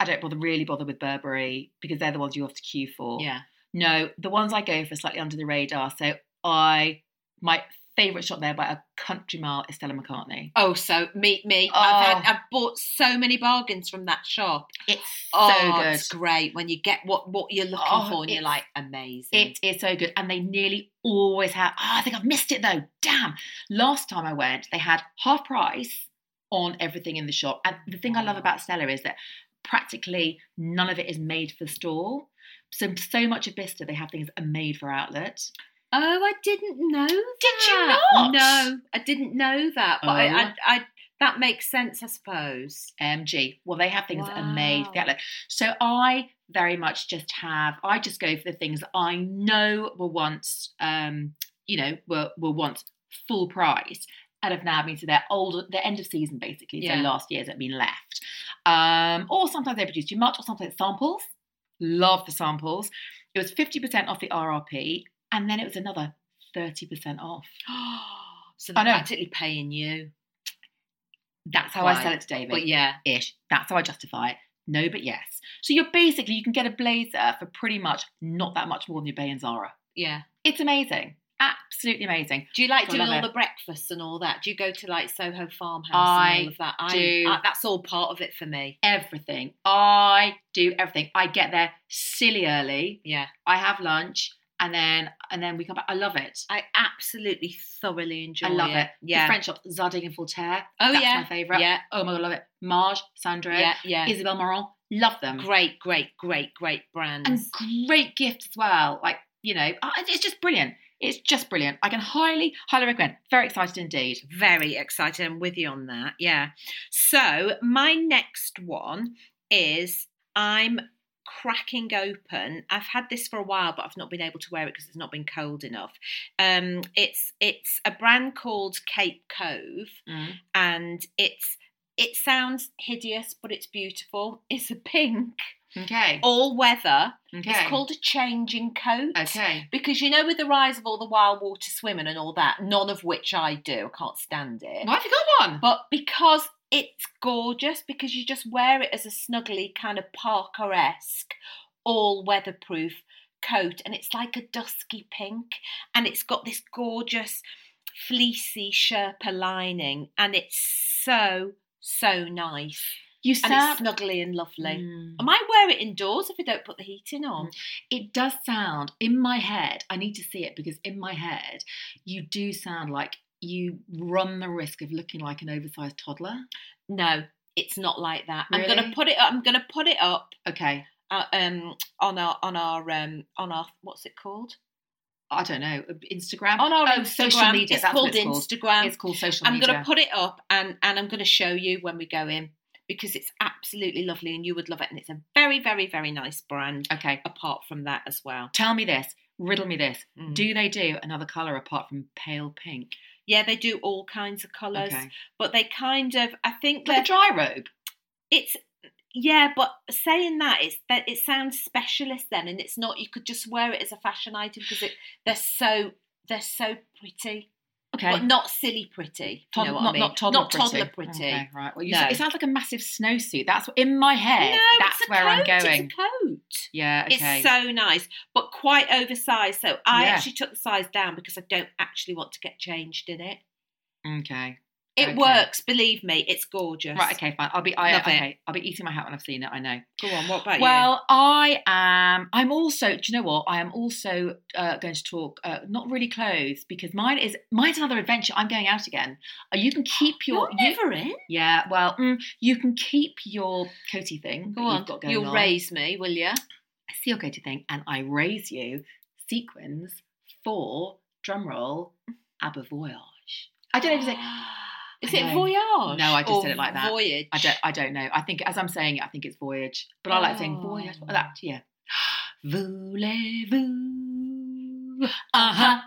B: I don't bother really bother with Burberry because they're the ones you have to queue for.
C: Yeah.
B: No, the ones I go for are slightly under the radar. So I my favourite shop there by a country mile is Stella McCartney.
C: Oh, so meet me.
B: Oh.
C: I've, had, I've bought so many bargains from that shop.
B: It's
C: Oh,
B: so good.
C: it's great when you get what what you're looking
B: Oh,
C: for, and you're
B: it's-
C: like amazing.
B: It is so good. And they nearly always have. Oh, I think I've missed it though. Damn. Last time I went, they had half price on everything in the shop. And the thing I love about Stella is that practically none of it is made for store. So, so much of Bicester, they have things that are made for outlet.
C: Oh, I didn't know. Did
B: you not? Oh.
C: No, I didn't know that. But I, I, I, that makes sense, I suppose.
B: MG. Well, they have things that are made for the
C: Wow.
B: outlet. So I very much just have. I just go for the things that I know were once, um, you know, were were once full price and have now been to their old, their end of season basically.
C: Yeah.
B: So last year's have been left. Um, or sometimes they produce too much, or sometimes samples. Love the samples. It was fifty percent off the RRP, and then it was another thirty percent off.
C: so
B: I
C: they're
B: know.
C: practically paying you.
B: That's how I
C: Right.
B: sell it to David.
C: But yeah,
B: ish. That's how I justify it. No, but yes. So you're basically you can get a blazer for pretty much not that much more than you pay in Zara.
C: yeah.
B: It's amazing, absolutely amazing.
C: Do you like
B: I
C: doing
B: love
C: all
B: it.
C: the breakfasts and all that? Do you go to like Soho Farmhouse
B: I
C: and all of that?
B: do.
C: I, that's all part of it for me.
B: Everything I do, everything I get there silly early.
C: Yeah.
B: I have lunch and then and then we come back. I love it.
C: I absolutely thoroughly enjoy
B: I love it.
C: Yeah.
B: The French shops, Zadig and Voltaire.
C: Oh,
B: that's
C: yeah.
B: my favorite.
C: Yeah.
B: Oh my god, I love it. Marge, Sandra,
C: yeah, yeah.
B: Isabel Marant, love them.
C: great, great, great, great brands.
B: and great gift as well. Like you know, I- it's just brilliant. It's just brilliant. I can highly, highly recommend. Very excited indeed.
C: Very excited. I'm with you on that. Yeah. So, my next one is I'm cracking open. I've had this for a while, but I've not been able to wear it because it's not been cold enough. Um, it's it's a brand called Cape Cove,
B: Mm.
C: and it's It sounds hideous, but it's beautiful. It's a pink,
B: Okay.
C: all weather.
B: Okay.
C: Oh, It's called a changing coat.
B: Okay.
C: Because you know, with the rise of all the wild water swimming and all that, none of which I do, I can't stand it.
B: Why have you got one?
C: But because it's gorgeous, because you just wear it as a snuggly kind of Parker esque, all weatherproof coat, and it's like a dusky pink, and it's got this gorgeous fleecy Sherpa lining, and it's so so nice,
B: You
C: and
B: sound.
C: it's snuggly and lovely.
B: Mm.
C: I might wear it indoors if I don't put the heating on.
B: It does sound in my head. I need to see it because in my head, you do sound like you run the risk of looking like an oversized toddler.
C: No, it's not like that. I'm
B: Really?
C: gonna put it. Up, I'm gonna put it up
B: Okay.
C: uh, um, on our on our um, on our what's it called?
B: I don't know. uh, Instagram.
C: on our
B: Oh,
C: Instagram.
B: social media.
C: It's
B: That's
C: called
B: what it's called.
C: Instagram.
B: It's called social
C: I'm
B: media.
C: going to put it up and and I'm going to show you when we go in because it's absolutely lovely and you would love it and it's a very very very nice brand
B: Okay.
C: apart from that as well.
B: Tell me this. Riddle me this.
C: Mm.
B: Do they do another color apart from pale pink?
C: Yeah, they do all kinds of colors,
B: Okay.
C: but they kind of I think
B: Like a
C: that
B: dry robe.
C: it's yeah, but saying that it's that it sounds specialist then and it's not you could just wear it as a fashion item because it they're so they're so pretty.
B: Okay.
C: But not silly pretty. if you
B: Tod-
C: know what
B: not,
C: I mean.
B: not toddler
C: not toddler pretty.
B: Okay, right. Well, you
C: No.
B: sa- it sounds like a massive snowsuit. That's in my head.
C: No,
B: that's
C: it's a
B: where I'm
C: coat,
B: going.
C: It's a coat.
B: yeah. Okay.
C: It's so nice, but quite oversized. So I
B: Yeah.
C: actually took the size down because I don't actually want to get changed in it.
B: okay.
C: It
B: Okay.
C: works, believe me. It's gorgeous.
B: Right. Okay. Fine. I'll be. I,
C: Love it.
B: okay. I'll be eating my hat when I've seen it. I know.
C: Go on. What about you?
B: Well, I am. I'm also. Do you know what? I am also uh, going to talk. Uh, not really clothes because mine is. Mine's another adventure. I'm going out again. Uh, you can keep your.
C: you're
B: you-
C: never in.
B: yeah. Well, mm, you can keep your coaty thing. that
C: Go
B: you've
C: on.
B: Got going
C: You'll
B: on.
C: raise me, will you?
B: I see your go-to thing, and I raise you sequins for drumroll ABBA Voyage. I don't know if it's like,
C: Is
B: I
C: it
B: know.
C: voyage?
B: No, I just
C: or
B: said it like that.
C: Voyage.
B: I don't I don't know. I think as I'm saying it, I think it's Voyage, but I like saying
C: Oh.
B: Voyage. well, That yeah. Voulez-vous? Uh huh.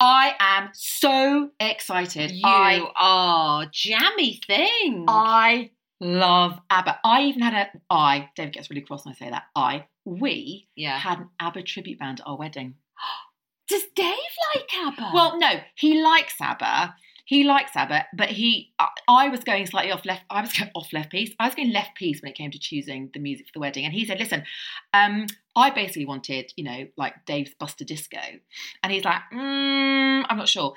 B: I am so excited.
C: You
B: I
C: are jammy thing.
B: I love ABBA. I even had a I. David gets really cross when I say that. I. We
C: yeah.
B: had an ABBA tribute band at our wedding.
C: Does Dave like ABBA?
B: Well, no, he likes ABBA. He likes ABBA, but he, I, I was going slightly off left. I was going off left piece. I was going left piece when it came to choosing the music for the wedding. And he said, "Listen, um, I basically wanted, you know, like Dave's Buster Disco," and he's like, mm, "I'm not sure."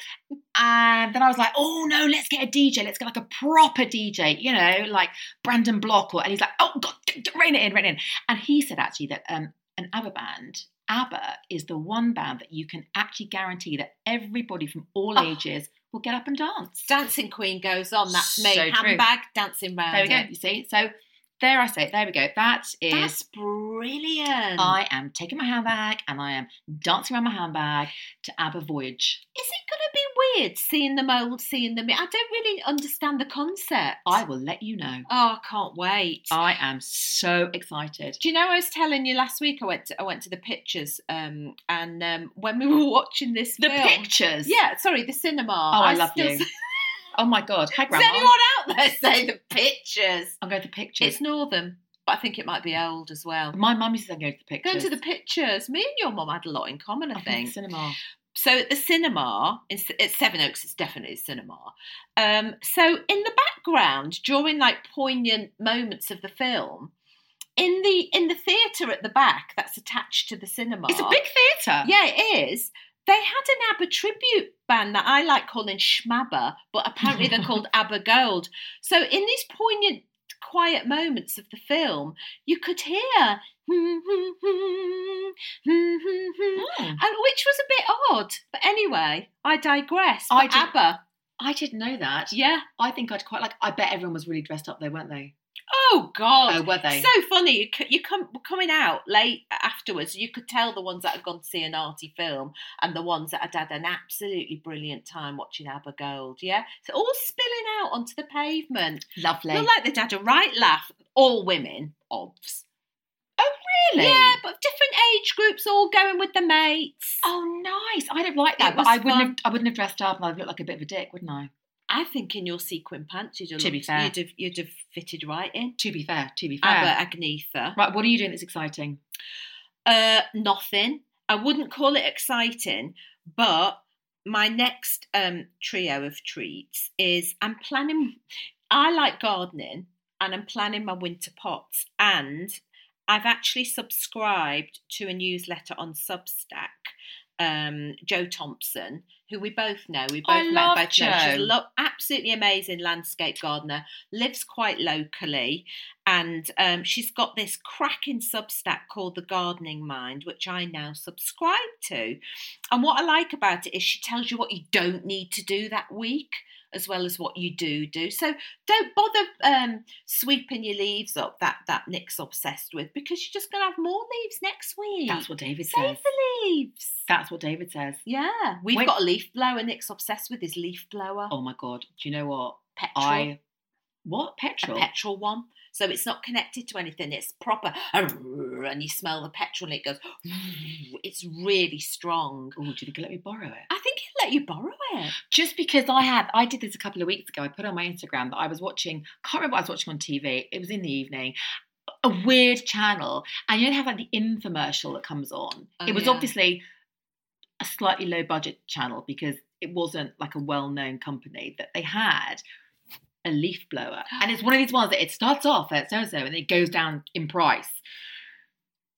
B: And then I was like, "Oh no, let's get a DJ. Let's get like a proper DJ, you know, like Brandon Block." Or and he's like, "Oh God, d- d- rein it in, rein it in." And he said actually that um, an ABBA band, ABBA is the one band that you can actually guarantee that everybody from all
C: Oh.
B: ages will get up and dance.
C: Dancing Queen goes on. That's me.
B: So true.
C: Handbag dancing round.
B: There we go.
C: it.
B: um, You see, so there I say it. There we go. That is.
C: That's brilliant.
B: I am taking my handbag and I am dancing around my handbag to ABBA Voyage.
C: Is it going to be weird seeing them old, seeing them? I don't really understand the concept.
B: I will let you know.
C: oh, I can't wait.
B: I am so excited.
C: Do you know I was telling you last week? I went to I went to the pictures, um, and um, when we were watching this
B: The
C: film,
B: pictures.
C: yeah, sorry, the cinema.
B: Oh, I, love
C: still
B: you.
C: say-
B: Oh my God. Hi,
C: Does
B: Grandma.
C: anyone out there say the pictures?
B: I'll go to the pictures.
C: It's northern, but I think it might be old as well.
B: My mum used to say go to the pictures.
C: Going to the pictures. Me and your mum had a lot in common, I,
B: I think
C: think.
B: the cinema.
C: so at the cinema in, at seven oaks it's definitely a cinema um, so in the background during like poignant moments of the film in the in the theatre at the back that's attached to the cinema
B: It's a big theatre.
C: yeah it is they had an ABBA tribute band that I like calling Schmabba, but apparently they're called ABBA Gold. So in these poignant, quiet moments of the film, you could hear,
B: Mm.
C: and which was a bit odd. But anyway, I digress.
B: I
C: I
B: did-
C: ABBA,
B: I didn't know that.
C: yeah.
B: I think I'd quite like. I bet everyone was really dressed up though, weren't they?
C: Oh
B: Oh,
C: God,
B: were they?
C: so funny. You c- you come coming out late afterwards. You could tell the ones that had gone to see an arty film and the ones that had had an absolutely brilliant time watching ABBA Gold. Yeah, so all spilling out onto the pavement.
B: lovely.
C: Not like they'd had a right laugh. All women, obvs.
B: oh, really?
C: Yeah, but different age groups, all going with their mates.
B: Oh, nice. I don't like
C: It
B: that, but
C: was
B: I wouldn't.
C: fun.
B: Have, I wouldn't have dressed up, and I'd look like a bit of a dick, wouldn't I?
C: I think in your sequin pants, you'd have,
B: To be
C: looked-
B: fair.
C: you'd have, you'd have fitted right in.
B: To be fair, to be fair.
C: Aber Agnetha.
B: Right, what are you doing that's exciting?
C: Uh, nothing. I wouldn't call it exciting, but my next um, trio of treats is I'm planning. I like gardening, and I'm planning my winter pots. And I've actually subscribed to a newsletter on Substack. Um, Joe Thompson, who we both know, we both
B: I
C: met,
B: love
C: both know. She's a
B: Jo.
C: lo- absolutely amazing landscape gardener. Lives quite locally, and um, she's got this cracking Substack called The Gardening Mind, which I now subscribe to. And what I like about it is she tells you what you don't need to do that week, as well as what you do do. So don't bother um, sweeping your leaves up that that Nick's obsessed with, because you're just going to have more leaves next week.
B: That's what David says.
C: Save the leaves.
B: That's what David says.
C: Yeah, we've
B: When-
C: got a leaf blower. Nick's obsessed with his leaf blower.
B: Oh my god. Do you know what?
C: Petrol.
B: I what?
C: a
B: Petrol?
C: petrol one. So it's not connected to anything. It's proper, and you smell the petrol, and it goes. It's really strong.
B: Oh, do you think he'll let me borrow it?
C: I think he'll let you borrow it.
B: Just because I had, I did this a couple of weeks ago. I put on my Instagram that I was watching, can't remember what I was watching on TV. It was in the evening, a weird channel. And you know, they have like the infomercial that comes on.
C: Oh,
B: it was
C: yeah.
B: obviously a slightly low budget channel because it wasn't like a well known company that they had a leaf blower. And it's one of these ones that it starts off at so and so and it goes down in price.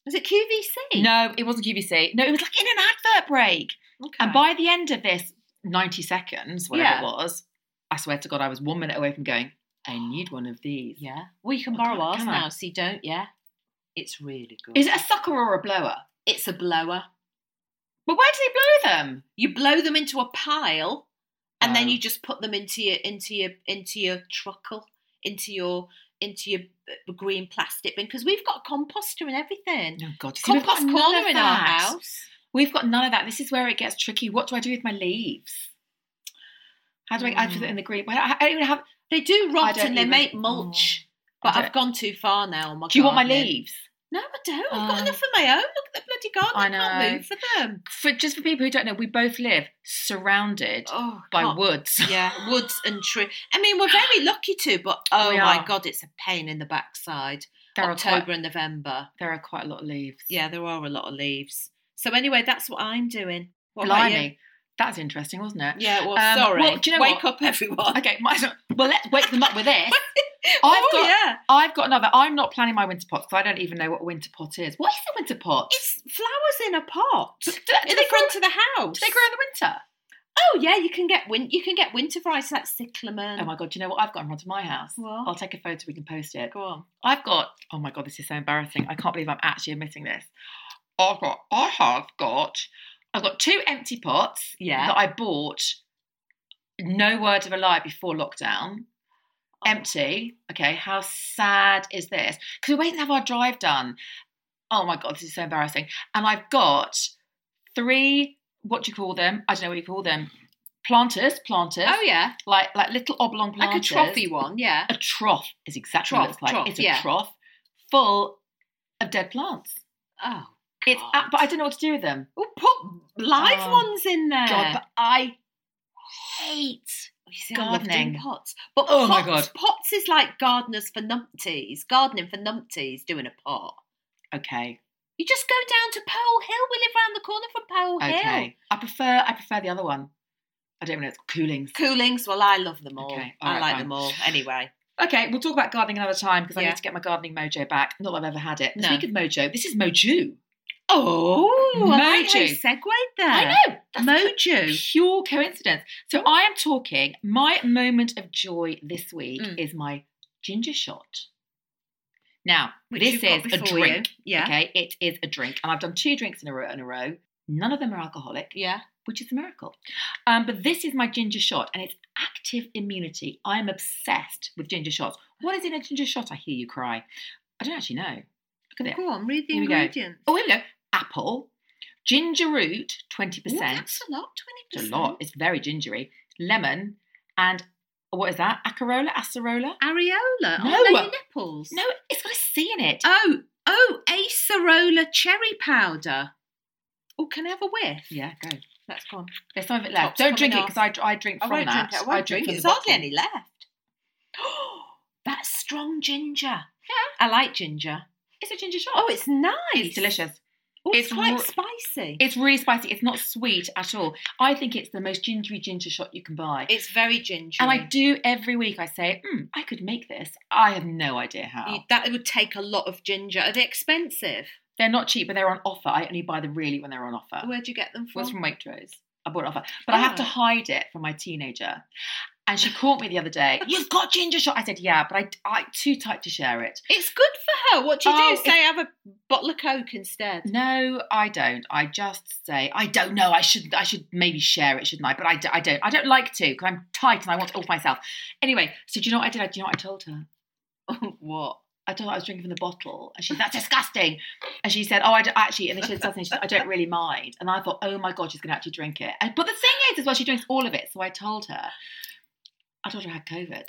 C: Was it QVC?
B: No, it wasn't QVC. No, it was like in an advert break.
C: Okay.
B: And by the end of this 90 seconds, whatever
C: Yeah.
B: it was, I swear to God, I was one minute away from going, I need one of these.
C: yeah, we can
B: Well,
C: borrow
B: can-
C: ours
B: can I?
C: now. See, don't yeah. It's really good.
B: Is it a sucker or a blower?
C: It's a blower.
B: But where do they blow them?
C: You blow them into a pile, and
B: Oh.
C: then you just put them into your into your into your truckle, into your into your uh, green plastic bin because we've got a composter and everything.
B: Oh, God. See, we've got
C: Compost
B: none of
C: corner in our
B: that.
C: house.
B: We've got none of that. This is where it gets tricky. What do I do with my leaves? How do I, I put it in the green? I I don't even have.
C: They do rot and
B: don't
C: they
B: even- Oh.
C: make mulch.
B: I
C: But I've
B: don't-
C: gone too far now. On my
B: Do you want my
C: gardening.
B: leaves?
C: No, I don't. I've
B: Oh.
C: got enough of my own. Look at the bloody garden.
B: I
C: Um, I
B: know.
C: can't move for them.
B: For just for people who don't know, we both live surrounded
C: Oh,
B: by
C: can't-
B: woods.
C: Yeah, woods and tree. I mean, we're very lucky to, but oh
B: We
C: my
B: are.
C: god, it's a pain in the backside.
B: There are,
C: October
B: quite,
C: and November.
B: there are quite a lot of leaves.
C: Yeah, there are a lot of leaves. So anyway, that's what I'm doing. What about you?
B: Blimey. That's interesting, wasn't it?
C: Yeah, well,
B: Um,
C: sorry.
B: well, do you know
C: Wake
B: what?
C: up, everyone.
B: Okay, might as well, well, let's wake them up with this.
C: oh
B: I've got-
C: yeah,
B: I've got another. I'm not planning my winter pot because I don't even know what a winter pot is. What is a winter pot?
C: it's flowers in a pot
B: do, do-
C: in
B: do they
C: the
B: grow,
C: front of the house.
B: do they grow in the winter?
C: Oh yeah, you can get win- you can get winter varieties like cyclamen.
B: Oh my god! Do you know what I've got in front of my house?
C: What?
B: I'll take a photo. We can post it.
C: Go on.
B: I've got. Oh my god! This is so embarrassing. I can't believe I'm actually admitting this. I've got. I have got. I've got two empty pots.
C: Yeah.
B: That I bought. No word of a lie before lockdown.
C: Oh.
B: Empty. Okay. How sad is this? Because we're waiting to have our drive done. Oh my god! This is so embarrassing. And I've got three. What do you call them? I don't know what you call them. Planters. Planters.
C: Oh yeah,
B: Like like little oblong
C: like
B: planters.
C: a trophy one. Yeah.
B: A trough is exactly what
C: Trough,
B: it's like.
C: trough,
B: it's a
C: yeah.
B: trough full of dead plants.
C: Oh.
B: It's
C: God.
B: a- but I don't know what to do with them.
C: Well, oh, put live
B: Oh,
C: ones in there.
B: God, but I
C: hate you see, I loved
B: gardening.
C: in pots. But
B: Oh,
C: pots,
B: my God.
C: pots is like gardeners for numpties. Gardening for numpties doing a pot.
B: okay
C: You just go down to Pole Hill. We live round the corner from Pole Hill.
B: okay. I prefer I prefer the other one. I don't even know it's coolings.
C: Coolings. Well, I love them all.
B: Okay, all
C: I
B: right,
C: like
B: fine.
C: them all. Anyway,
B: Okay, we'll talk about gardening another time because I
C: Yeah.
B: need to get my gardening mojo back. Not that I've ever had it.
C: No.
B: Speaking of mojo, this is mojo.
C: oh, I like how you
B: Mojo.
C: segued there.
B: I know. That's
C: Mojo.
B: pure coincidence. So I am talking. My moment of joy this week
C: Mm.
B: is my ginger shot. Now
C: which
B: this
C: you've got
B: is a
C: before you.
B: drink.
C: Yeah.
B: Okay, it is a drink, and I've done two drinks in a row. In a row, none of them are alcoholic,
C: Yeah.
B: which is a miracle. Um, but this is my ginger shot, and it's active immunity. I am obsessed with ginger shots. What is in a ginger shot? I hear you cry. I don't actually know. Look at it.
C: Go on, read the
B: Here we go.
C: ingredients.
B: Oh, here we go. Apple, ginger root, twenty
C: Ooh,
B: percent.
C: that's a lot, 20%.
B: It's a lot. It's very gingery. Lemon and what is that? Acarola? Acerola?
C: Areola on
B: No.
C: no. your nipples.
B: No, it's got a C in it.
C: Oh, oh, acerola cherry powder. Oh, can I have a whiff?
B: yeah, go.
C: That's gone.
B: There's some of it left.
C: Top's
B: Don't drink it
C: coming
B: because I, dr- I drink
C: I
B: from
C: won't
B: that.
C: drink it. I won't drink
B: from
C: it. There's
B: the
C: hardly
B: bottle.
C: any left. That's strong ginger. Yeah. I like ginger.
B: It's a ginger shot.
C: Oh, it's nice.
B: It's delicious.
C: Oh, it's,
B: It's
C: quite
B: ro-
C: spicy.
B: It's really spicy. It's not sweet at all. I think it's the most gingery ginger shot you can buy.
C: It's very gingery.
B: and I do every week. I say, mm, I could make this. I have no idea how.
C: You- that would take a lot of ginger. Are they expensive?
B: They're not cheap, but they're on offer. I only buy them really when they're on offer.
C: Where'd you get them
B: was
C: from?
B: from Waitrose. I bought it off her. But I have to
C: Ah.
B: hide it from my teenager. And she caught me the other day. You've got ginger shot. I said, yeah, but I, I too tight to share it.
C: It's good for her. What do you
B: Oh,
C: do? Say, have a bottle of Coke instead.
B: No, I don't. I just say I don't know. I should I should maybe share it, shouldn't I? But I, d- I don't. I don't like to because I'm tight and I want it all for myself. Anyway, so do you know what I did? I- Do you know what I told her?
C: what?
B: I told her I was drinking from the bottle, and she said, "That's disgusting." And she said, "Oh, I d- actually," and then she said something. She said, "I don't really mind." And I thought, "Oh my god, she's going to actually drink it." And, but the thing is, as well, she drinks all of it. So I told her, I told her I had COVID.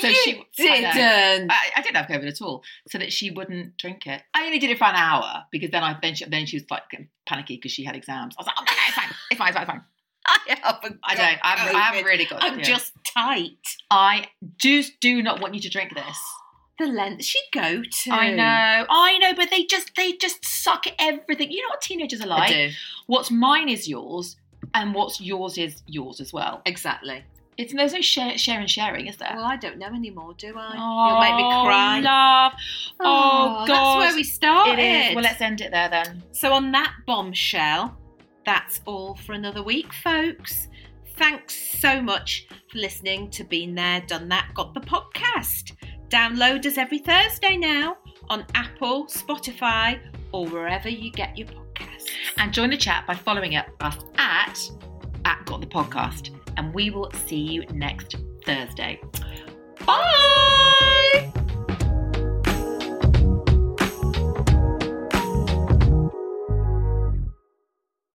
B: So
C: you
B: she- I know.
C: didn't.
B: I, I didn't have COVID at all, so that she wouldn't drink it. I only did it for an hour because then I then she, then she was like getting panicky because she had exams. I was like, "Oh no, no, it's fine, it's fine, it's fine, it's fine."
C: I haven't.
B: I don't. I haven't, I haven't really got.
C: I'm
B: yeah.
C: just tight.
B: I just do not want you to drink this.
C: The length she'd go to.
B: I know, I know, but they just they just suck at everything. You know what teenagers are
C: I
B: like.
C: do.
B: What's mine is yours, and what's yours is yours as well.
C: Exactly.
B: It's there's no share, share and sharing, is there?
C: Well, I don't know anymore, do I?
B: oh,
C: You'll make me cry.
B: Love. Oh, God.
C: that's where we started.
B: It is. Well, let's end it there then.
C: So, on that bombshell, that's all for another week, folks. Thanks so much for listening to Been There, Done That, Got the podcast. Download us every Thursday now on Apple, Spotify, or wherever you get your podcasts.
B: and join the chat by following up us at at got the podcast and we will see you next thursday bye